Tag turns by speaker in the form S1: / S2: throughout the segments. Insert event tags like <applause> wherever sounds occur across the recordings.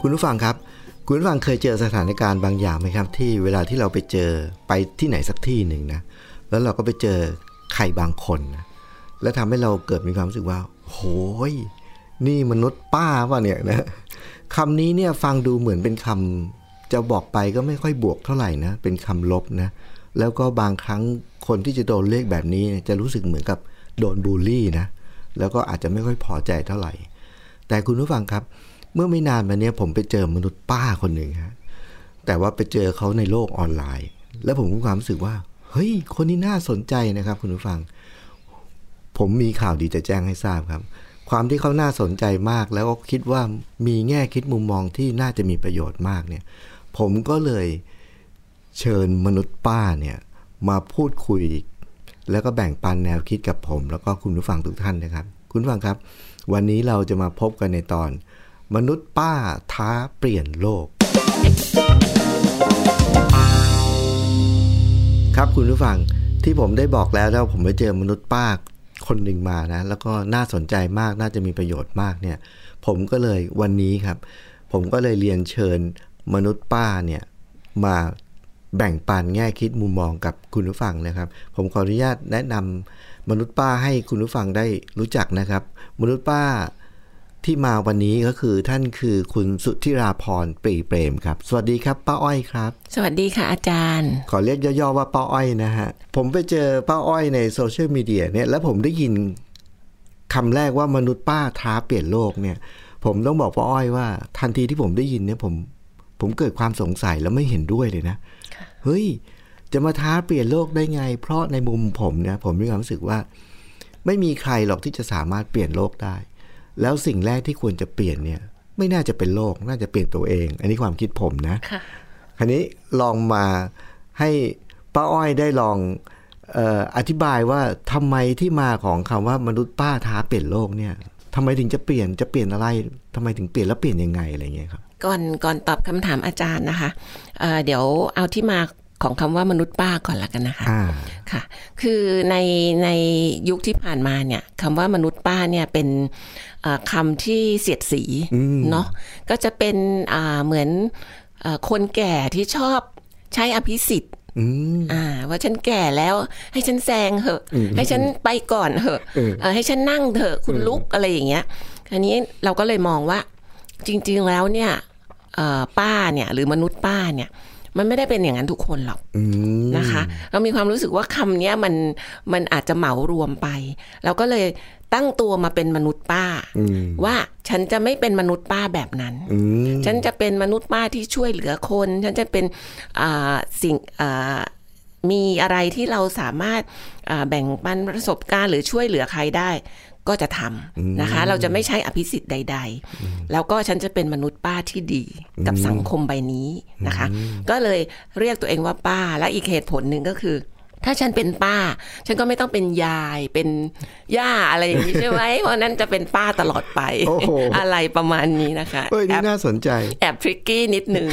S1: คุณผู้ฟังครับ คุณผู้ฟังเคยเจอสถานการณ์บางอย่างไหมครับ ที่เวลาที่เราไปเจอไปที่ไหนสักที่หนึ่งนะ แล้วเราก็ไปเจอใครบางคนนะ แล้วทำให้เราเกิดมีความรู้สึกว่า โหย นี่มนุษย์ป้าป่ะเนี่ยนะคำนี้เนี่ยฟังดูเหมือนเป็นคำจะบอกไปก็ไม่ค่อยบวกเท่าไหร่นะ เป็นคำลบนะ แล้วก็บางครั้งคนที่จะโดนเรียกแบบนี้เนี่ยจะรู้สึกเหมือนกับโดนบูลลี่นะ แล้วก็อาจจะไม่ค่อยพอใจเท่าไหร่ แต่คุณผู้ฟังครับ เมื่อไม่นานมาเนี้ยผมไปเจอมนุษย์ป้าคนหนึ่งฮะแต่ว่าไปเจอเขาในโลกออนไลน์ แล้วผมมีความรู้สึกว่า เฮ้ย คนนี้น่าสนใจนะครับ คุณผู้ฟัง ผมมีข่าวดีจะแจ้งให้ทราบครับ ความที่เขาน่าสนใจมาก แล้วก็คิดว่ามีแง่คิดมุมมองที่น่าจะมีประโยชน์มากเนี่ย ผมก็เลยเชิญมนุษย์ป้าเนี่ยมาพูดคุย แล้วก็แบ่งปันแนวคิดกับผม แล้วก็คุณผู้ฟังทุกท่านนะครับ คุณผู้ฟังครับ วันนี้เราจะมาพบกันในตอน มนุษย์ป้าท้าเปลี่ยนโลก ครับคุณผู้ฟังที่ผมได้บอกแล้วแล้วผมไปเจอมนุษย์ป้าคนหนึ่งมานะ แล้วก็น่าสนใจมากน่าจะมีประโยชน์มากเนี่ย ผมก็เลยวันนี้ครับ ผมก็เลยเรียนเชิญมนุษย์ป้าเนี่ยมาแบ่งปันแง่คิดมุมมองกับคุณผู้ฟังนะครับ ผมขออนุญาตแนะนำมนุษย์ป้าให้คุณผู้ฟังได้รู้จักนะครับ มนุษย์ป้าที่มาวันนี้ก็คือท่านคือคุณสุทธิราพรปรีเปรมครับ สวัสดีครับป้าอ้อยครับ
S2: สวัสดีค่ะอาจารย์
S1: ขอเรียกย่อๆว่าป้าอ้อยนะฮะ ผมไปเจอป้าอ้อยในโซเชียลมีเดียเนี่ยแล้วผมได้ยินคำแรกว่ามนุษย์ป้าท้าเปลี่ยนโลกเนี่ย ผมต้องบอกป้าอ้อยว่า ทันทีที่ผมได้ยินเนี่ยผมผมเกิดความสงสัยแล้วไม่เห็นด้วยเลยนะ เฮ้ย จะมาท้าเปลี่ยนโลกได้ไง เพราะในมุมผมเนี่ยผมมีความรู้สึกว่า ไม่มีใครหรอกที่จะสามารถเปลี่ยนโลกได้ แล้วสิ่งแรกที่ควรจะเปลี่ยนเนี่ย ไม่น่าจะเป็นโลก น่าจะเปลี่ยนตัวเอง อันนี้ความคิดผมนะ
S2: ค่ะ
S1: คราวนี้ลองมาให้ป้าอ้อยได้ลองเอ่ออธิบายว่าทำไมที่มาของคำว่ามนุษย์ป้าท้าเปลี่ยนโลกเนี่ยทำไมถึงจะเปลี่ยนจะเปลี่ยนอะไรทำไมถึงเปลี่ยนแล้วเปลี่ยนยังไงอะไรเงี้ยครับ
S2: ก่อนก่อนตอบคำถามอาจารย์นะคะเอ่อเดี๋ยวเอาที่มาของคำว่ามนุษย์ป้าก่อนละกันนะคะ
S1: อ่า
S2: ค่ะ คือในในยุคที่ผ่านมาเนี่ยคำว่ามนุษย์ป้าเนี่ยเป็นเอ่อคำที่เสียดสี
S1: อืม
S2: เนาะ ก็จะเป็นอ่าเหมือนเอ่อคนแก่ที่ชอบใช้อภิสิทธิ์
S1: อืม
S2: อ่าว่าฉันแก่แล้วให้ฉันแซงเถอะ ให้ฉันไปก่อนเถอะ
S1: เออ
S2: เออให้ฉันนั่งเถอะคุณลุกอะไรอย่างเงี้ยอันนี้เราก็เลยมองว่าจริงๆแล้วเนี่ยเอ่อป้าเนี่ยหรือมนุษย์ป้าเนี่ย มันไม่ได้เป็นอย่างนั้นทุกคนหรอก
S1: อืม
S2: นะคะ เรามีความรู้สึกว่าคำเนี้ยมันมันอาจจะเหมารวมไป เราก็เลยตั้งตัวมาเป็นมนุษย์ป้า
S1: อืม
S2: ว่าฉันจะไม่เป็นมนุษย์ป้าแบบนั้น
S1: อืม
S2: ฉันจะเป็นมนุษย์ป้าที่ช่วยเหลือคน ฉันจะเป็นอ่าสิ่งอ่ามีอะไรที่เราสามารถอ่าแบ่งปันประสบการณ์หรือช่วยเหลือใครได้ ก็จะทำนะคะ เราจะไม่ใช้อภิสิทธิ์ใด ๆ แล้วก็ฉันจะเป็นมนุษย์ป้าที่ดีกับสังคมใบนี้นะคะ ก็เลยเรียกตัวเองว่าป้า และอีกเหตุผลหนึ่งก็คือ ถ้าฉันเป็นป้า ฉันก็ไม่ต้องเป็นยายเป็นย่าอะไรอย่างนี้ใช่ไหม เพราะนั้นจะเป็นป้าตลอดไป
S1: โอ้โห
S2: อะไรประมาณนี้นะคะ
S1: เอ้ยนี่น่าสนใจ
S2: แอบทริกกี้นิดนึง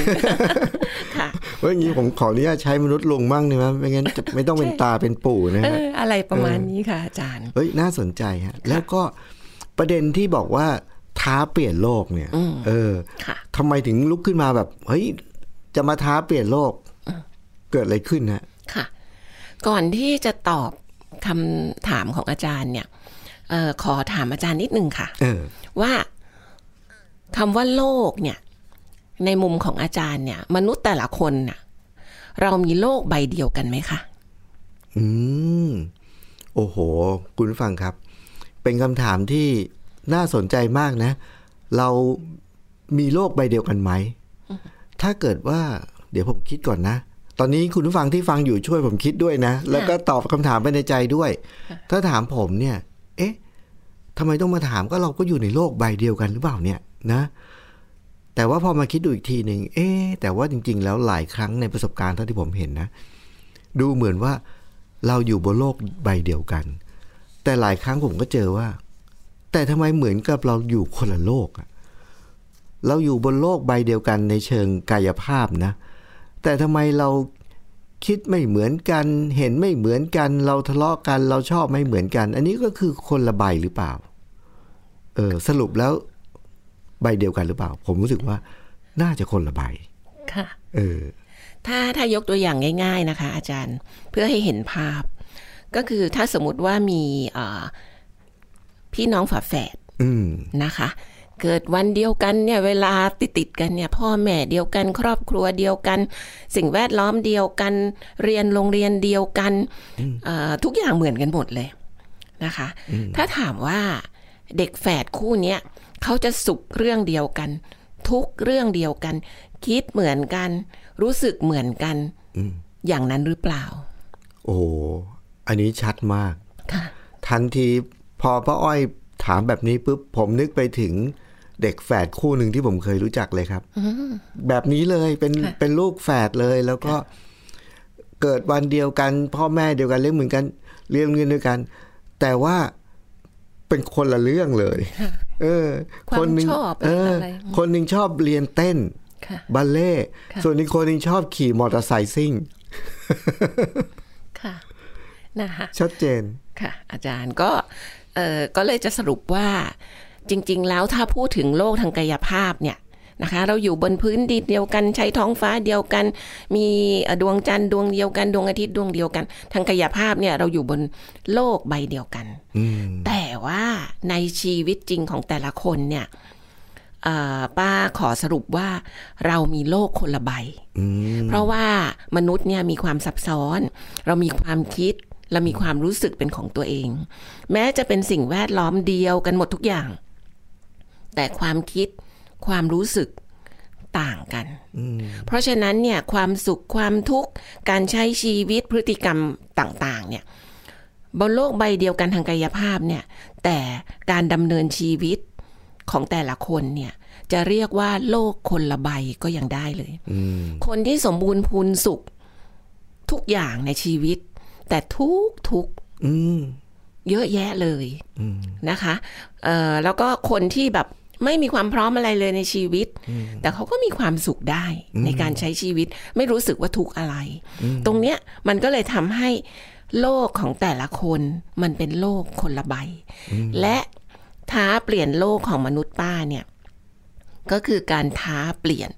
S2: <laughs> ค่ะ
S1: เอ้ยอย่างงี้ผมขออนุญาตใช้มนุษย์ลงบ้างเนียมั้ยไม่งั้นจะไม่ต้องเป็นตาเป็นปู่นะ
S2: เอ
S1: ฮะ
S2: ออะไรประมาณนี้ค่ะอาจารย์
S1: เฮ้ยน่าสนใจฮะแล้วก็ประเด็นที่บอกว่าท้าเปลี่ยนโลกเนี่ย เออ
S2: ค่ะ
S1: ทำไมถึงลุกขึ้นมาแบบ เฮ้ย จะมาท้าเปลี่ยนโลก เกิดอะไรขึ้นฮะ
S2: ค่ะ ก่อนที่จะตอบคำถามของอาจารย์เนี่ยเออขอถามอาจารย์นิดนึงค่ะ
S1: เออ
S2: ว่าคำว่าโลกเนี่ย ในมุมของอาจารย์เนี่ย มนุษย์แต่ละคนน่ะ เรามีโลกใบเดียวกันไหมคะ
S1: อืม โอ้โห คุณผู้ฟังครับ เป็นคำถามที่น่าสนใจมากนะ เรามีโลกใบเดียวกันไหม ถ้าเกิดว่า เดี๋ยวผมคิดก่อนนะ ตอนนี้คุณผู้ฟังที่ฟังอยู่ช่วยผมคิดด้วยนะ แล้วก็ตอบคำถามไปในใจด้วย ถ้าถามผมเนี่ย เอ๊ะทำไมต้องมาถามก็เราก็อยู่ในโลกใบเดียวกันหรือเปล่าเนี่ยนะ แต่ว่าพอมาคิดดูอีกทีหนึ่งเอ๊ะแต่ว่าจริง ๆ แล้วหลายครั้งในประสบการณ์เท่าที่ผมเห็นนะ ดูเหมือนว่าเราอยู่บนโลกใบเดียวกัน แต่หลายครั้งผมก็เจอว่า แต่ทำไมเหมือนกับเราอยู่คนละโลกอะเราอยู่บนโลกใบเดียวกันในเชิงกายภาพนะ แต่ทำไมเราคิดไม่เหมือนกัน เห็นไม่เหมือนกัน เราทะเลาะกัน เราชอบไม่เหมือนกัน อันนี้ก็คือคนละใบหรือเปล่า เออสรุปแล้วใบเดียวกันหรือเปล่า ผมรู้สึกว่าน่าจะคนละใบ
S2: ค่ะ
S1: เออ
S2: ถ้าถ้ายกตัวอย่างง่าย ๆนะคะ อาจารย์เพื่อให้เห็นภาพ ก็คือถ้าสมมติว่ามีเอ่อพี่น้องฝาแฝด
S1: อืม
S2: นะคะ เกิดวันเดียวกันเนี่ยเวลาติดติดๆกันเนี่ยพ่อแม่เดียวกัน ครอบครัวเดียวกัน สิ่งแวดล้อมเดียวกัน เรียนโรงเรียนเดียวกันเอ่อทุกอย่างเหมือนกันหมดเลยนะคะ ถ้าถามว่าเด็กแฝดคู่เนี้ยเขาจะสุขเรื่องเดียวกัน ทุกเรื่องเดียวกัน คิดเหมือนกัน รู้สึกเหมือนกัน อย่างนั้นหรือเปล่า
S1: โอ้โหอันนี้ชัดมาก
S2: ค่ะ
S1: ทันทีพอป้าอ้อยถามแบบนี้ปุ๊บผมนึกไปถึงเด็กแฝดคู่หนึ่งที่ผมเคยรู้จักเลยครับแบบนี้เลยเป็นเป็นลูกแฝดเลย แล้วก็เกิดวันเดียวกัน พ่อแม่เดียวกันเลี้ยงเหมือนกันเรียนโรงเรียนเด้วยวกัน แต่ว่าเป็นคนละเรื่องเลย เออ
S2: ความ
S1: หนึ่ง
S2: ชอบ
S1: เออ
S2: อะไร
S1: คนหนึ่งชอบเรียนเต้น
S2: ค่ะ
S1: บัลเล่ต์
S2: ค่ะ
S1: ส่วนอีกคนหนึ่งชอบขี่มอเตอร์ไซค์ซิ่ง
S2: ค่ะนะคะ
S1: ชัดเจน
S2: ค่ะอาจารย์ก็เออก็เลยจะสรุปว่าจริง ๆ แล้วถ้าพูดถึงโลกทางกายภาพเนี่ยนะคะ เราอยู่บนพื้นดินเดียวกันใช้ท้องฟ้าเดียวกัน มีเอ่อดวงจันทร์ดวงเดียวกัน ดวงอาทิตย์ดวงเดียวกัน ทางกายภาพเนี่ยเราอยู่บนโลกใบเดียวกัน
S1: อืม
S2: แต่ว่าในชีวิตจริงของแต่ละคนเนี่ยเอ่อป้าขอสรุปว่าเรามีโลกคนละใบ
S1: อืม
S2: เพราะว่ามนุษย์เนี่ยมีความซับซ้อน เรามีความคิด เรามีความรู้สึกเป็นของตัวเอง แม้จะเป็นสิ่งแวดล้อมเดียวกันหมดทุกอย่าง แต่ความคิดความรู้สึกต่างกัน เพราะฉะนั้นเนี่ยความสุขความทุกข์การใช้ชีวิตพฤติกรรมต่างๆเนี่ยบนโลกใบเดียวกันทางกายภาพเนี่ยแต่การดำเนินชีวิตของแต่ละคนเนี่ยจะเรียกว่าโลกคนละใบก็ยังได้เลย
S1: อืม
S2: คนที่สมบูรณ์พูนสุขทุกอย่างในชีวิต แต่ทุกทุก
S1: อืม
S2: เยอะแยะเลยนะคะเอ่อแล้วก็คนที่แบบไม่มีความพร้อมอะไรเลยในชีวิต แต่เขาก็มีความสุขได้ในการใช้ชีวิต ไม่รู้สึกว่าทุกข์อะไร ตรงเนี้ยมันก็เลยทำให้โลกของแต่ละคนมันเป็นโลกคนละใบ และท้าเปลี่ยนโลกของมนุษย์ป้าเนี่ย ก็คือการท้าเปลี่ยน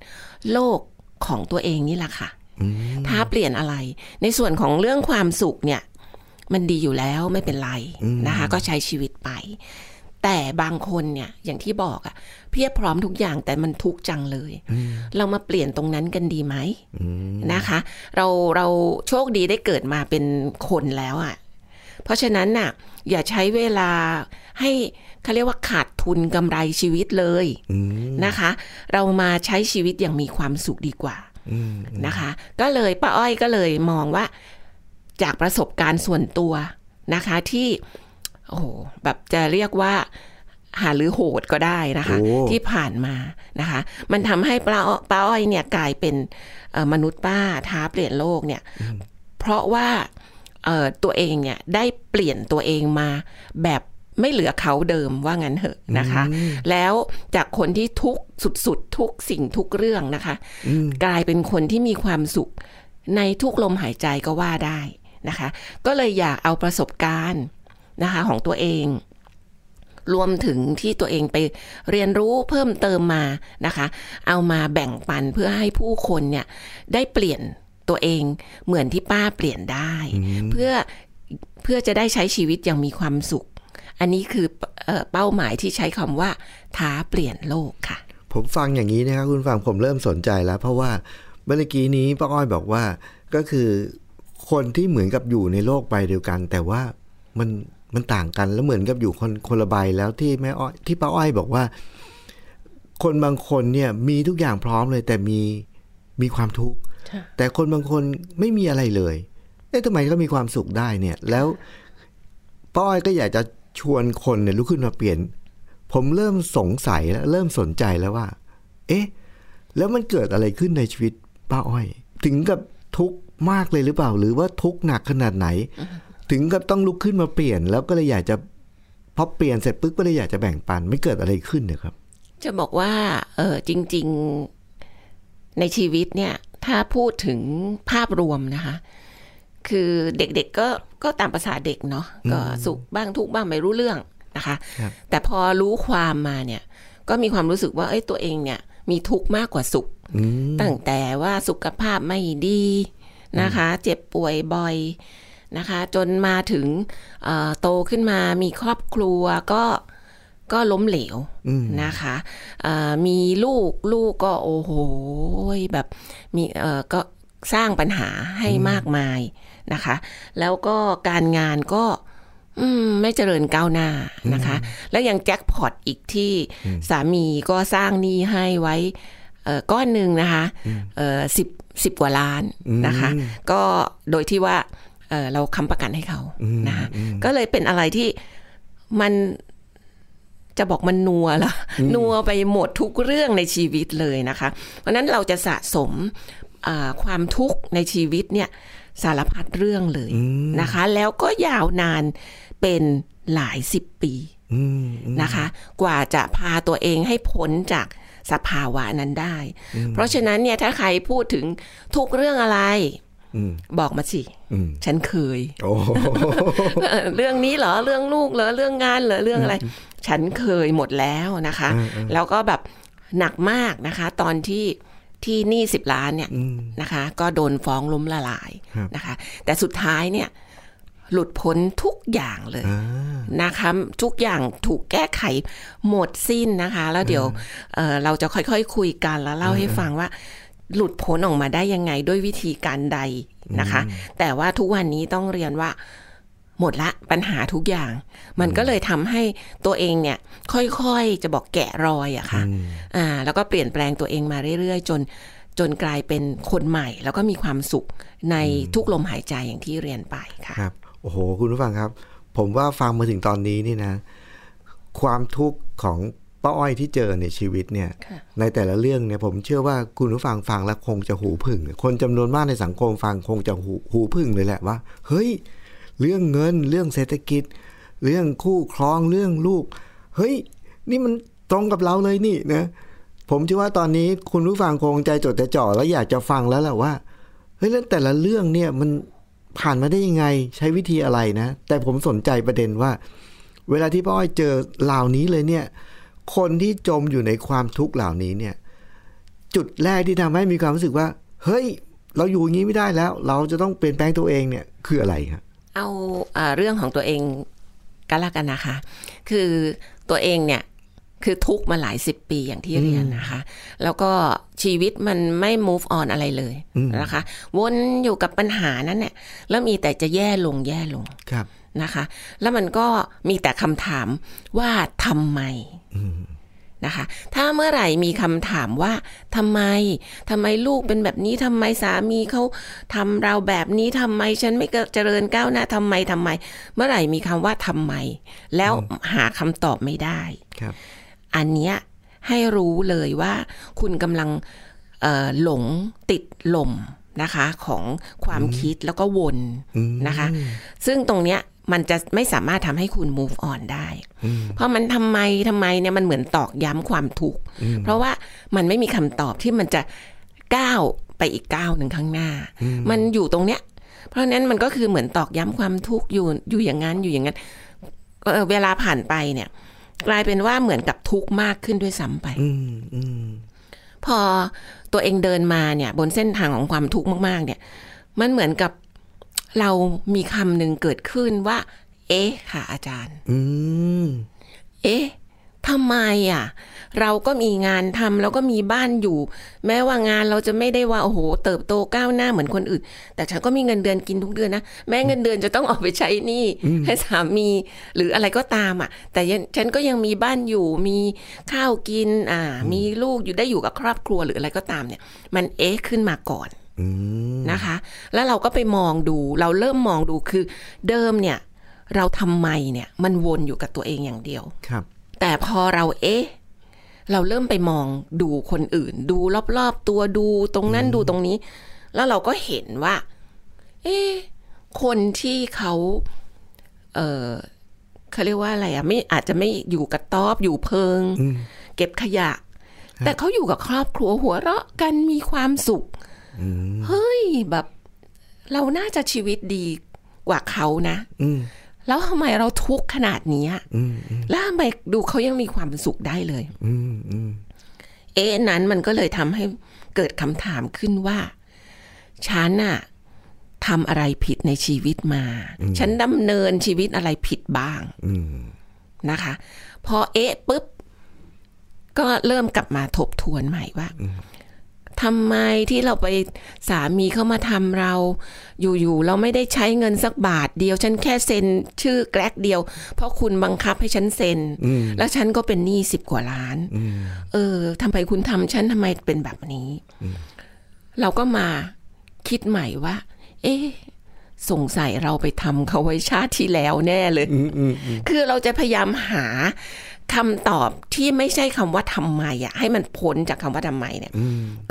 S2: โลกของตัวเองนี่แหละค่ะ ท้าเปลี่ยนอะไร ในส่วนของเรื่องความสุขเนี่ย มันดีอยู่แล้วไม่เป็นไรนะคะ ก็ใช้ชีวิตไป แต่บางคนเนี่ยอย่างที่บอกอะเพียบพร้อมทุกอย่างแต่มันทุกข์จังเลย เรามาเปลี่ยนตรงนั้นกันดีไหมนะคะ เราเราโชคดีได้เกิดมาเป็นคนแล้วอะเพราะฉะนั้นน่ะ อย่าใช้เวลาให้เขาเรียกว่าขาดทุนกำไรชีวิตเลย นะคะ เรามาใช้ชีวิตอย่างมีความสุขดีกว่านะคะ ก็เลยป้าอ้อยก็เลยมองว่า จากประสบการณ์ส่วนตัวนะคะที่ โอ้โหแบบจะเรียกว่า หาหรือโหดก็ได้นะคะ
S1: โอ้
S2: ที่ผ่านมานะคะ มันทำให้ป้าอ้อยป้าอ้อยเนี่ยกลายเป็นเอ่อมนุษย์ป้าท้าเปลี่ยนโลกเนี่ย เพราะว่าเอ่อตัวเองเนี่ยได้เปลี่ยนตัวเองมาแบบไม่เหลือเขาเดิมว่างั้นเหอะนะคะ แล้วจากคนที่ทุกข์สุดๆ ทุกสิ่งทุกเรื่องนะคะ กลายเป็นคนที่มีความสุขในทุกลมหายใจก็ว่าได้นะคะ ก็เลยอยากเอาประสบการณ์นะคะของตัวเอง รวมถึงที่ตัวเองไปเรียนรู้เพิ่มเติมมานะคะ เอามาแบ่งปันเพื่อให้ผู้คนเนี่ยได้เปลี่ยนตัวเองเหมือนที่ป้าเปลี่ยนได้ เพื่อเพื่อจะได้ใช้ชีวิตอย่างมีความสุข อันนี้คือเอ่อเป้าหมายที่ใช้คำว่าท้าเปลี่ยนโลกค่ะ
S1: ผมฟังอย่างนี้นะครับคุณฟังผมเริ่มสนใจแล้ว เพราะว่าเมื่อกี้นี้ป้าอ้อยบอกว่าก็คือคนที่เหมือนกับอยู่ในโลกใบเดียวกัน แต่ว่ามันมันต่างกันแล้วเหมือนกับอยู่คนคนละใบแล้วที่แม่อ้อยที่ป้าอ้อยบอกว่า คนบางคนเนี่ยมีทุกอย่างพร้อมเลยแต่มีมีความทุกข์ แต่คนบางคนไม่มีอะไรเลย เอ๊ะทำไมก็มีความสุขได้เนี่ย แล้วป้าอ้อยก็อยากจะชวนคนเนี่ยลุกขึ้นมาเปลี่ยน ผมเริ่มสงสัยแล้วเริ่มสนใจแล้วว่า เอ๊ะ แล้วมันเกิดอะไรขึ้นในชีวิตป้าอ้อย ถึงกับทุกข์มากเลยหรือเปล่า หรือว่าทุกข์หนักขนาดไหน ถึงกับต้องลุกขึ้นมาเปลี่ยน แล้วก็เลยอยากจะพอเปลี่ยนเสร็จปุ๊บก็เลยอยากจะแบ่งปัน ไม่เกิดอะไรขึ้นเนี่ยครับ
S2: จะบอกว่าเออจริงๆในชีวิตเนี่ย ถ้าพูดถึงภาพรวมนะคะ คือเด็กๆก็ก็ตามภาษาเด็กเนาะก็สุขบ้างทุกข์บ้างไม่รู้เรื่องนะคะ
S1: ครับ
S2: แต่พอรู้ความมาเนี่ย ก็มีความรู้สึกว่าเอ้ยตัวเองเนี่ย มีทุกข์มากกว่าสุข
S1: อืม
S2: ตั้งแต่ว่าสุขภาพไม่ดีนะคะ เจ็บป่วยบ่อยนะคะ จนมาถึงเอ่อโตขึ้นมามีครอบครัวก็ก็ล้มเหลว
S1: อืม
S2: นะคะเอ่อมีลูกลูกก็โอ้โหแบบมีเอ่อก็สร้างปัญหาให้มากมายนะคะ แล้วก็การงานก็ อืมไม่เจริญก้าวหน้านะคะ แล้วยังแจ็คพอตอีกที่สามีก็สร้างหนี้ให้ไว้เอ่อก้อนหนึ่งนะคะเอ่อสิบสิบกว่าล้านนะคะ ก็โดยที่ว่าเอ่อเราค้ำประกันให้เขานะคะก็เลยเป็นอะไรที่มันจะบอกมันนัวละ นัวไปหมดทุกเรื่องในชีวิตเลยนะคะ เพราะฉะนั้นเราจะสะสมอ่าความทุกข์ในชีวิตเนี่ยสารพัดเรื่องเลยนะคะ แล้วก็ยาวนานเป็นหลายสิบปี
S1: อืมอืม
S2: นะคะ กว่าจะพาตัวเองให้พ้นจากสภาวะนั้นได้ เพราะฉะนั้นเนี่ยถ้าใครพูดถึงทุกเรื่องอะไร
S1: อืม
S2: บอกมาสิ
S1: อืม
S2: ฉันเคย
S1: โอ้โห
S2: เออเรื่องนี้เหรอเรื่องลูกเหรอเรื่องงานเหรอเรื่องอะไร ฉันเคยหมดแล้วนะคะ
S1: อืมอืม
S2: แล้วก็แบบหนักมากนะคะ ตอนที่ที่หนี้สิบล้านเนี่ย
S1: อืม
S2: นะคะ ก็โดนฟ้องล้มละลาย
S1: ครับ
S2: นะคะ แต่สุดท้ายเนี่ย หลุดพ้นทุกอย่างเลย
S1: อ่า
S2: นะคะทุกอย่างถูกแก้ไขหมดสิ้นนะคะ แล้วเดี๋ยวเอ่อเราจะค่อยๆคุยกันแล้วเล่าให้ฟังว่า หลุดพ้นออกมาได้ยังไงด้วยวิธีการใดนะคะ แต่ว่าทุกวันนี้ต้องเรียนว่า หมดละปัญหาทุกอย่าง มันก็เลยทำให้ตัวเองเนี่ย ค่อยๆจะบอกแกะรอยอะค่ะอ่าแล้วก็เปลี่ยนแปลงตัวเองมาเรื่อยๆ จนจนกลายเป็นคนใหม่ แล้วก็มีความสุขในทุกลมหายใจอย่างที่เรียนไปค่ะ
S1: ครับโอ้โหคุณผู้ฟังครับ ผมว่าฟังมาถึงตอนนี้นี่นะ ความทุกข์ของป้าอ้อยที่เจอในชีวิตเนี่ย
S2: ค่ะ
S1: ในแต่ละเรื่องเนี่ย ผมเชื่อว่าคุณผู้ฟังฟังแล้วคงจะหูผึ่ง คนจำนวนมากในสังคมฟังคงจะหูหูผึ่งเลยแหละว่า เฮ้ย เรื่องเงิน เรื่องเศรษฐกิจ เรื่องคู่ครองเรื่องลูก เฮ้ย นี่มันตรงกับเราเลยนี่นะผมเชื่อว่าตอนนี้คุณผู้ฟังคงใจจดใจจ่อแล้วอยากจะฟังแล้วแหละว่า เฮ้ยแล้วแต่ละเรื่องเนี่ยมันผ่านมาได้ยังไงใช้วิธีอะไรนะ แต่ผมสนใจประเด็นว่า เวลาที่ป้าอ้อยเจอเหล่านี้เลยเนี่ย คนที่จมอยู่ในความทุกข์เหล่านี้เนี่ย จุดแรกที่ทำให้มีความรู้สึกว่า เฮ้ย เราอยู่อย่างนี้ไม่ได้แล้ว เราจะต้องเปลี่ยนแปลงตัวเองเนี่ย คืออะไรครับ
S2: เอาอาเรื่องของตัวเองกันละกันนะคะ คือตัวเองเนี่ยคือทุกข์มาหลายสิบปีอย่างที่เรียนนะคะ แล้วก็ชีวิตมันไม่ move on อะไรเลยนะคะ วนอยู่กับปัญหานั้นเนี่ยแล้วมีแต่จะแย่ลงแย่ลง
S1: ครับ
S2: นะคะ แล้วมันก็มีแต่คำถามว่าทำไมนะคะ ถ้าเมื่อไหร่มีคำถามว่าทำไมทำไมลูกเป็นแบบนี้ทำไมสามีเขาทำเราแบบนี้ทำไมฉันไม่เจริญก้าวหน้าทำไมทำไม เมื่อไหร่มีคำว่าทำไม แล้วหาคำตอบไม่ได้
S1: ครับ
S2: อันเนี้ยให้รู้เลยว่าคุณกำลังเอ่อหลงติดหล่มนะคะของความคิดแล้วก็วนนะคะ ซึ่งตรงเนี้ยมันจะไม่สามารถทำให้คุณ move on ได้ เพราะมันทำไมทำไมเนี่ยมันเหมือนตอกย้ำความทุกข์เพราะว่ามันไม่มีคำตอบที่มันจะก้าวไปอีกก้าวหนึ่งข้างหน้า มันอยู่ตรงเนี้ย เพราะฉะนั้นมันก็คือเหมือนตอกย้ำความทุกข์อยู่อยู่อย่างนั้นอยู่อย่างนั้นเอ่อเวลาผ่านไปเนี่ย กลายเป็นว่าเหมือนกับทุกข์มากขึ้นด้วยซ้ำไป
S1: อืมอืม
S2: พอตัวเองเดินมาเนี่ย บนเส้นทางของความทุกข์มากๆ เนี่ย มันเหมือนกับเรามีคำหนึ่งเกิดขึ้นว่า เอ๊ะ ค่ะอาจารย์
S1: อืม
S2: เอ๊ะทำไมอ่ะ เราก็มีงานทำแล้วก็มีบ้านอยู่ แม้ว่างานเราจะไม่ได้ว่าโอ้โห เติบโตก้าวหน้าเหมือนคนอื่น แต่ฉันก็มีเงินเดือนกินทุกเดือนนะแม้เงินเดือนจะต้องเออกไปใช้หนี้ให้สามีหรืออะไรก็ตามอ่ะ แต่ยังฉันก็ยังมีบ้านอยู่ มีข้าวกิน อ่า มีลูกอยู่ได้อยู่กับครอบครัวหรืออะไรก็ตามเนี่ย มันเอ๊ะขึ้นมาก่อน
S1: อ อืม
S2: นะคะ แล้วเราก็ไปมองดู เราเริ่มมองดูคือเดิมเนี่ย เราทำไมเนี่ยมันวนอยู่กับตัวเองอย่างเดียว
S1: ครับ
S2: แต่พอเราเอ๊ะ เราเริ่มไปมองดูคนอื่น ดูรอบๆตัวดูตรงนั้นดูตรงนี้ แล้วเราก็เห็นว่า เอ๊ะคนที่เขาเออเขาเรียกว่าอะไรอะไม่อาจจะไม่อยู่กระต๊อบอยู่เพิง เก็บขยะ แต่เขาอยู่กับครอบครัวหัวเราะกันมีความสุขเฮ้ยแบบ เราน่าจะชีวิตดีกว่าเขานะ
S1: อืม
S2: แล้วทำไมเราทุกข์ขนาดเนี้ย
S1: อืมอืม
S2: แล้วทำไมดูเขายังมีความสุขได้เลย
S1: อืมอืม
S2: เอ๊ะนั้นมันก็เลยทำให้เกิดคำถามขึ้นว่า ฉันน่ะทำอะไรผิดในชีวิตมา ฉันดำเนินชีวิตอะไรผิดบ้าง
S1: อืม
S2: นะคะ พอเอ๊ะปุ๊บ ก็เริ่มกลับมาทบทวนใหม่ว่าทำไมที่เราไปสามีเข้ามาทำเรา อยู่ๆเราไม่ได้ใช้เงินสักบาทเดียว ฉันแค่เซ็นชื่อแกรกเดียว เพราะคุณบังคับให้ฉันเซ็น แล้วฉันก็เป็นหนี้สิบกว่าล้าน เออทำไมคุณทำฉันทำไมเป็นแบบนี้ เราก็มาคิดใหม่ว่า เอ๊ะสงสัยเราไปทำเขาไว้ชาติที่แล้วแน่เลย คือเราจะพยายามหาคำตอบที่ไม่ใช่คำว่าทำไมอะให้มันพ้นจากคำว่าทำไมเนี่ย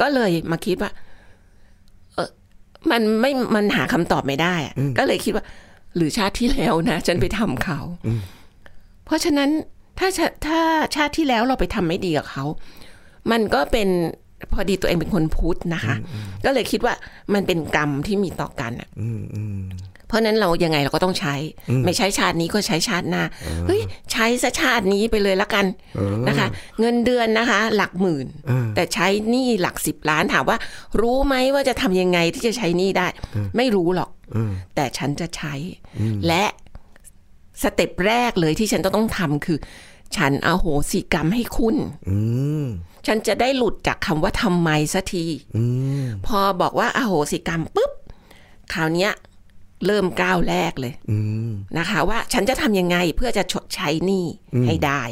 S2: ก็เลยมาคิดว่า เออมันไม่มันหาคำตอบไม่ได้อะก็เลยคิดว่า หรือชาติที่แล้วนะฉันไปทำเขา เพราะฉะนั้นถ้าชาถ้าชาติที่แล้วเราไปทำไม่ดีกับเขา มันก็เป็นพอดีตัวเองเป็นคนพุทธนะคะ ก็เลยคิดว่ามันเป็นกรรมที่มีต่อกันอะ
S1: อืมอืม
S2: เพราะฉะนั้นเรายังไงเราก็ต้องใช้ ไม่ใช้ชาตินี้ก็ใช้ชาติหน้าเฮ้ยใช้ซะชาตินี้ไปเลยละกันนะคะ เงินเดือนนะคะ หลักหมื่น
S1: เออ
S2: แต่ใช้หนี้หลักสิบล้านถามว่า รู้ไหมว่าจะทำยังไงที่จะใช้หนี้ได้ ไม่รู้หรอก
S1: อืม
S2: แต่ฉันจะใช้ และสเต็ปแรกเลยที่ฉันจะต้องทำคือ ฉันอโหสิกรรมให้คุณ
S1: อืม
S2: ฉันจะได้หลุดจากคำว่าทำไมสักที
S1: อืม
S2: พอบอกว่าอโหสิกรรมปุ๊บคราวเนี้ยเริ่มก้าวแรกเลย
S1: อืม
S2: นะคะว่าฉันจะทำยังไงเพื่อจะชดใช้หนี้ให้ได้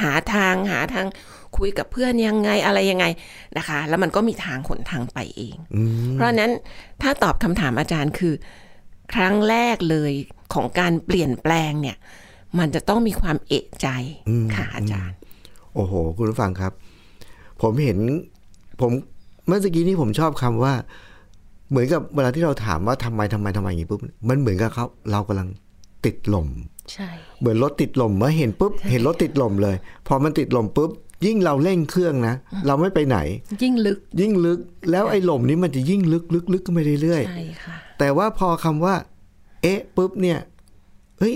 S2: หาทางหาทางคุยกับเพื่อนยังไงอะไรยังไงนะคะ แล้วมันก็มีทางขนทางไปเอง
S1: อืม
S2: เพราะฉะนั้นถ้าตอบคำถามอาจารย์คือ ครั้งแรกเลยของการเปลี่ยนแปลงเนี่ย มันจะต้องมีความเอะใจค่ะอาจารย์
S1: โอ้โห คุณผู้ฟังครับ ผมเห็นผมเมื่อกี้นี้ผมชอบคำว่า เหมือนกับเวลาที่เราถามว่าทำไมทำไมทำไมอย่างนี้ปุ๊บมันเหมือนกับเขาเรากำลังติดลม
S2: ใช่
S1: เหมือนรถติดลมเมื่อเห็นปุ๊บ เห็นรถติดลมเลย พอมันติดลมปุ๊บ ยิ่งเราเร่งเครื่องนะ เราไม่ไปไหน
S2: ยิ่งลึก
S1: ยิ่งลึก แล้วไอ้ลมนี้มันจะยิ่งลึกลึกลึกขึ้นไปเรื่อยๆ
S2: ใช่ค่ะ
S1: แต่ว่าพอคำว่า เอ๊ะปุ๊บเนี่ยเฮ้ย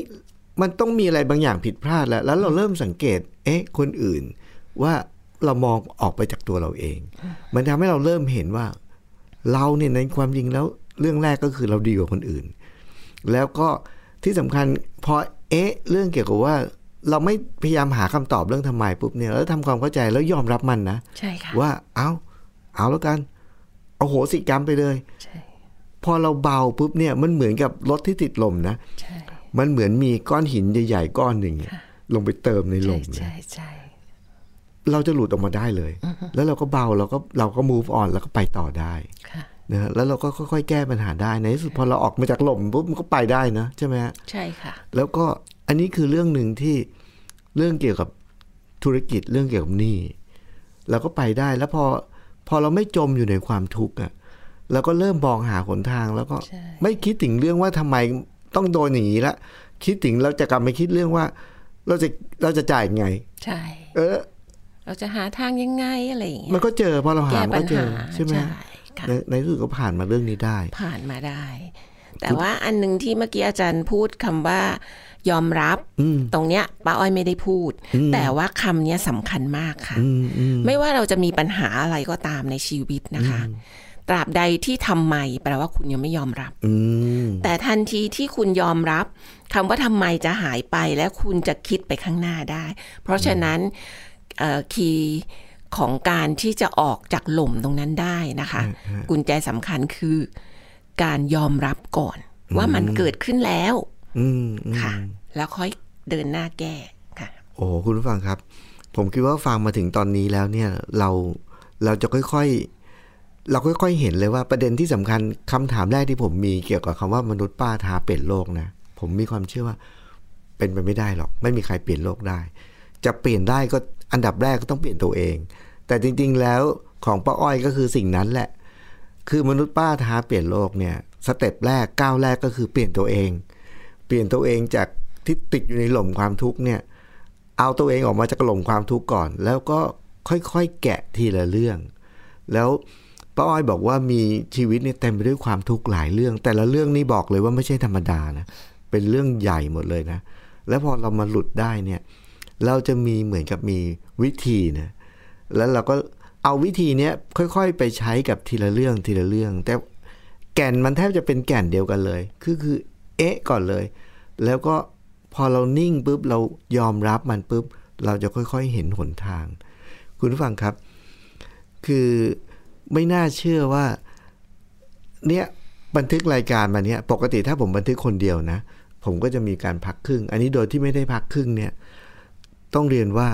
S1: มันต้องมีอะไรบางอย่างผิดพลาดแล้ว แล้วเราเริ่มสังเกต เอ๊ะ คนอื่น ว่าเรามองออกไปจากตัวเราเอง มันทำให้เราเริ่มเห็นว่า เราเนี่ยในความจริงแล้ว เรื่องแรกก็คือเราดีกว่าคนอื่น แล้วก็ที่สำคัญพอเอ๊ะ เรื่องเกี่ยวกับว่า เราไม่พยายามหาคำตอบเรื่องทำไมปุ๊บเนี่ยแล้วทำความเข้าใจแล้วยอมรับมันนะ
S2: ใช่ค่ะ
S1: ว่าเอาเอาแล้วกันเอาโหสิกรรมไปเลย
S2: ใช่
S1: พอเราเบาปุ๊บเนี่ยมันเหมือนกับรถที่ติดลมนะ
S2: ใช่
S1: มันเหมือนมีก้อนหินใหญ่ๆก้อนหนึ่งเนี่ยลงไปเติมในลมเนี่ย
S2: ใช่
S1: เราจะหลุดออกมาได้เลย แล้วเราก็เบาเราก็เราก็ move on แล้วก็ไปต่อได้
S2: ค่ะ
S1: นะฮะแล้วเราก็ค่อยๆแก้ปัญหาได้ในที่สุดพอเราออกมาจากลมปุ๊บมันก็ไปได้นะใช่ไหมฮะ
S2: ใช่ค่ะ
S1: แล้วก็อันนี้คือเรื่องหนึ่งที่เรื่องเกี่ยวกับธุรกิจเรื่องเกี่ยวกับหนี้เราก็ไปได้แล้วพอพอเราไม่จมอยู่ในความทุกข์อ่ะเราก็เริ่มมองหาหนทาง แล้วก็
S2: ใช่
S1: ไม่คิดถึงเรื่องว่าทำไมต้องโดนอย่างนี้ละคิดถึงเราจะกลับมาคิดเรื่องว่า เราจะเราจะจ่ายยังไง
S2: ใช่
S1: เออ
S2: เราจะหาทางยังไงอะไรอย่างเงี้ย
S1: มันก็เจอพอเราหา
S2: แก้
S1: มัน
S2: ปั
S1: ก็
S2: ญ
S1: เจ
S2: หา
S1: อใช่ไหม
S2: ค่ะ
S1: ในในที่สุดก็ผ่านมาเรื่องนี้ได้
S2: ผ่านมาได้ แต่ว่าอันหนึ่งที่เมื่อกี้อาจารย์พูดคำว่า ยอมรับ
S1: อืม
S2: ตรงเนี้ยป้าอ้อยไม่ได้พูด แต่ว่าคำเนี้ยสำคัญมากค่ะ
S1: อืมอืม
S2: ไม่ว่าเราจะมีปัญหาอะไรก็ตามในชีวิตนะคะ ตราบใดที่ทำไมแปลว่าคุณยังไม่ยอมรับ
S1: อืม
S2: แต่ทันทีที่คุณยอมรับคำว่าทำไมจะหายไปและคุณจะคิดไปข้างหน้าได้ เพราะฉะนั้นคีย์ของการที่จะออกจากหล่มตรงนั้นได้นะคะ กุญแจสำคัญคือ การยอมรับก่อน ว่ามันเกิดขึ้นแล้ว
S1: อืมอืม
S2: ค่ะ แล้วค่อยเดินหน้าแก้ค่ะ
S1: โอ้โหคุณผู้ฟังครับ ผมคิดว่าฟังมาถึงตอนนี้แล้วเนี่ย เราเราจะค่อย เราค่อยๆเห็นเลยว่าประเด็นที่สำคัญคำถามแรกที่ผมมีเกี่ยวกับคำว่ามนุษย์ป้าทาเปลี่ยนโลกนะผมมีความเชื่อว่า เป็นไปไม่ได้หรอก ไม่มีใครเปลี่ยนโลกได้ จะเปลี่ยนได้ก็อันดับแรกก็ต้องเปลี่ยนตัวเอง แต่จริงๆแล้วของป้าอ้อยก็คือสิ่งนั้นแหละ คือมนุษย์ป้าท้าเปลี่ยนโลกเนี่ยสเต็ปแรกก้าวแรกก็คือเปลี่ยนตัวเอง เปลี่ยนตัวเองจากที่ติดอยู่ในหล่มความทุกข์เนี่ยเอาตัวเองออกมาจากหล่มความทุกข์ก่อน แล้วก็ค่อยๆแกะทีละเรื่อง แล้วป้าอ้อยบอกว่ามีชีวิตเนี่ยเต็มไปด้วยความทุกข์หลายเรื่อง แต่ละเรื่องนี่บอกเลยว่าไม่ใช่ธรรมดานะเป็นเรื่องใหญ่หมดเลยนะ แล้วพอเรามาหลุดได้เนี่ยเราจะมีเหมือนกับมีวิธีนะแล้วเราก็เอาวิธีเนี้ยค่อยๆ ไปใช้กับทีละเรื่องทีละเรื่อง แต่แก่นมันแทบจะเป็นแก่นเดียวกันเลย คือคือเอ๊ะก่อนเลย แล้วก็พอเรานิ่งปุ๊บเรายอมรับมันปุ๊บเราจะค่อยๆเห็นหนทาง คุณผู้ฟังครับ คือไม่น่าเชื่อว่า เนี่ยบันทึกรายการมาเนี่ยปกติถ้าผมบันทึกคนเดียวนะ ผมก็จะมีการพักครึ่ง อันนี้โดยที่ไม่ได้พักครึ่งเนี่ย ต้องเรียนว่า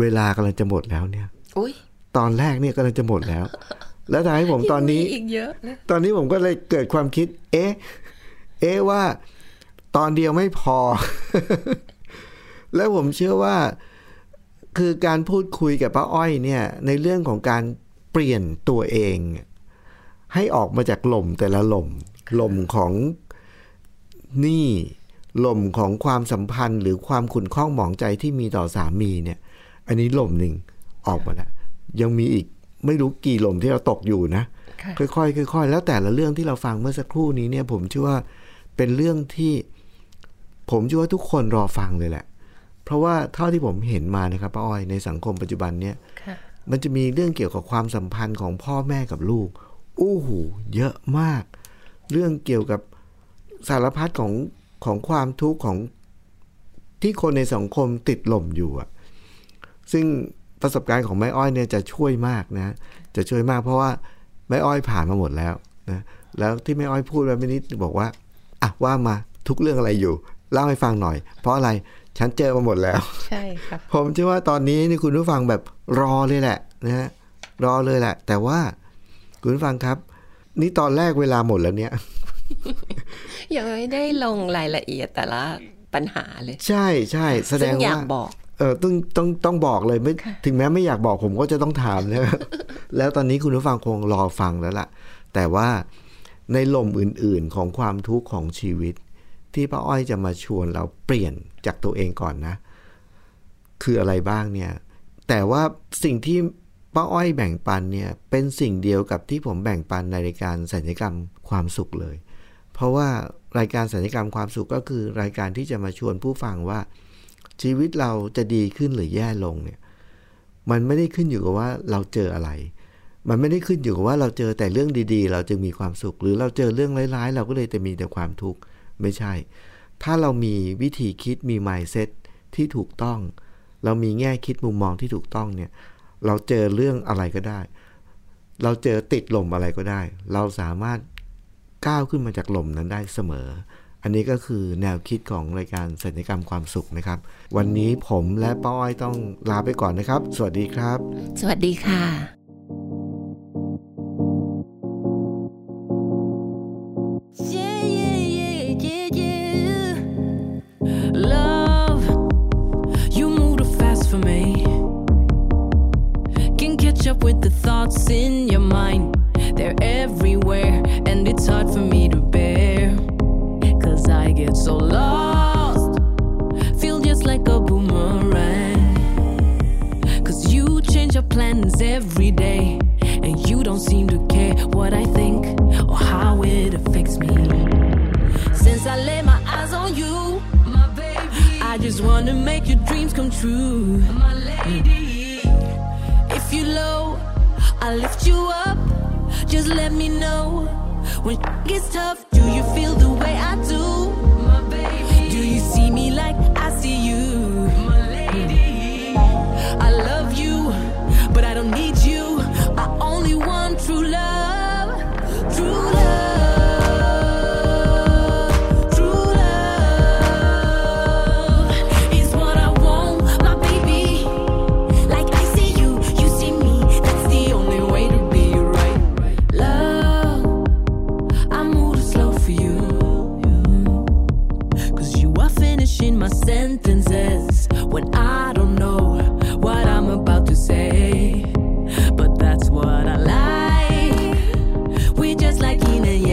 S1: เวลากำลังจะหมดแล้วเนี่ย
S2: อุ้ย
S1: ตอนแรกเนี่ยกำลังจะหมดแล้ว แล้วทำให้ผมตอนนี้
S2: อีกเยอะนะ
S1: ตอนนี้ผมก็เลยเกิดความคิด เอ๊ะ เอ๊ะว่า ตอนเดียวไม่พอ <laughs> แล้วผมเชื่อว่า คือการพูดคุยกับป้าอ้อยเนี่ย ในเรื่องของการเปลี่ยนตัวเอง ให้ออกมาจากหล่มแต่ละหล่มหล่มของหนี้หล่มของความสัมพันธ์ หรือความขุ่นข้องหมองใจที่มีต่อสามีเนี่ย อันนี้หล่มหนึ่งออกมาแล้วยังมีอีกไม่รู้กี่หล่มที่เราตกอยู่นะ
S2: ค่ะ
S1: ค่อยๆค่อยๆ แล้วแต่ละเรื่องที่เราฟังเมื่อสักครู่นี้เนี่ยผมเชื่อว่าเป็นเรื่องที่ ผมเชื่อว่าทุกคนรอฟังเลยแหละ เพราะว่าเท่าที่ผมเห็นมานะครับป้าอ้อยในสังคมปัจจุบันเนี่ย
S2: ค่ะ
S1: มันจะมีเรื่องเกี่ยวกับความสัมพันธ์ของพ่อแม่กับลูกอู้หูเยอะมาก เรื่องเกี่ยวกับสารพัดของของความทุกข์ของที่คนในสังคมติดหล่มอยู่อะซึ่งประสบการณ์ของแม่อ้อยเนี่ยจะช่วยมากนะ จะช่วยมากเพราะว่า แม่อ้อยผ่านมาหมดแล้วนะแล้วที่แม่อ้อยพูดไว้ไม่นิดบอกว่าอ่ะว่ามาทุกเรื่องอะไรอยู่ เล่าให้ฟังหน่อย เพราะอะไรฉันเจอมาหมดแล้ว
S2: ใช่ค่ะ
S1: ผมเชื่อว่าตอนนี้นี่คุณผู้ฟังแบบรอเลยแหละนะฮะรอเลยแหละ แต่ว่าคุณผู้ฟังครับ นี่ตอนแรกเวลาหมดแล้วเนี่ย <laughs>
S2: ยังไม่ได้ลงรายละเอียดแต่ละปัญหาเลย
S1: ใช่ใช่แสด
S2: ซึ่
S1: ง
S2: งอ
S1: ว่า
S2: ยากบอก
S1: เออต้องต้องต้องบอกเลยไม่ถึงแม้ไม่อยากบอกผมก็จะต้องถามนะ <laughs> แล้วตอนนี้คุณผู้ฟังคงรอฟังแล้วล่ะ แต่ว่าในลมอื่นๆของความทุกข์ของชีวิต ที่ป้าอ้อยจะมาชวนเราเปลี่ยนจากตัวเองก่อนนะ คืออะไรบ้างเนี่ย แต่ว่าสิ่งที่ป้าอ้อยแบ่งปันเนี่ย เป็นสิ่งเดียวกับที่ผมแบ่งปันในรายการสัญญกรรมความสุขเลย เพราะว่ารายการสัญญกรรมความสุขก็คือ รายการที่จะมาชวนผู้ฟังว่า ชีวิตเราจะดีขึ้นหรือแย่ลงเนี่ย มันไม่ได้ขึ้นอยู่กับว่าเราเจออะไร มันไม่ได้ขึ้นอยู่กับว่าเราเจอแต่เรื่องดีๆ เราจึงมีความสุข หรือเราเจอเรื่องร้ายๆ เราก็เลยจะมีแต่ความทุกข์ไม่ใช่ ถ้าเรามีวิธีคิดมี mindset ที่ถูกต้อง เรามีแง่คิดมุมมองที่ถูกต้องเนี่ย เราเจอเรื่องอะไรก็ได้ เราเจอติดลมอะไรก็ได้ เราสามารถก้าวขึ้นมาจากลมนั้นได้เสมอ อันนี้ก็คือแนวคิดของรายการศัลยกรรมความสุขนะครับ วันนี้ผมและป้าอ้อยต้องลาไปก่อนนะครับ สวัสดีครับ
S2: สวัสดีค่ะ
S3: Yeah, yeah, yeah, yeah, yeah. Love, you move too fast for me. Can catch up with the thoughts in your mind. They're everywhere, and it's hard for me to bear. Cause I get so lost. Feel just like a boomerang. Cause you change your plans every day. And you don't seem to care what I think or how it affects me. Since I laid my eyes on you, my baby, I just wanna make your dreams come true. My lady, if you low, I lift you up. Just let me know when gets tough. Do you feel the way I do? My baby, do you see me like I see you? My lady, I love you, but I don't need you. I only want true love, true love, true love is what I want, my baby. Like I see you, you see me. That's the only way to be right. my sentences when I don't know what I'm about to say. But that's what I like. We just like yin and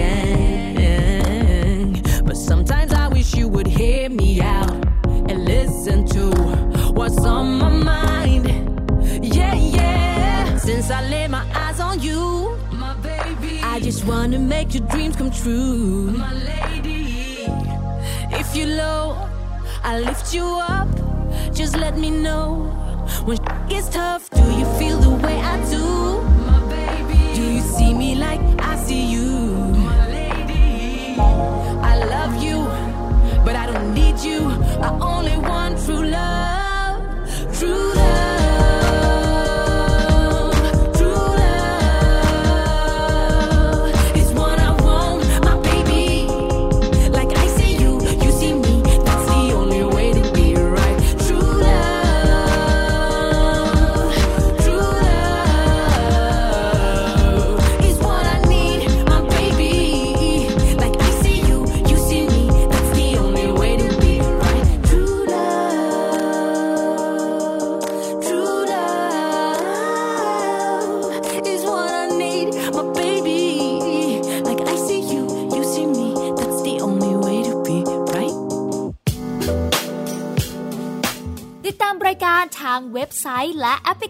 S3: yang. But sometimes I wish you would hear me out and listen to what's on my mind. Yeah, yeah. Since I laid my eyes on you, my baby, I just wanna make your dreams come true, my lady. If you low, I lift you up. Just let me know when it's tough. Do you feel the way I do, my baby? Do you see me like I see you, my lady? I love you, but I don't need you. I only want true love, true love, true love. It's what I want, my baby. Like I see you, you see me. That's the only way to be right. True love, true love is what I need, my baby. Like I see you, you see me. That's the only way to be right. True love, true love is what I need, my baby. Like I see you, you see me. That's the only way to be right.
S4: ติดตามรายการทางเว็บไซต์และแอปพลิ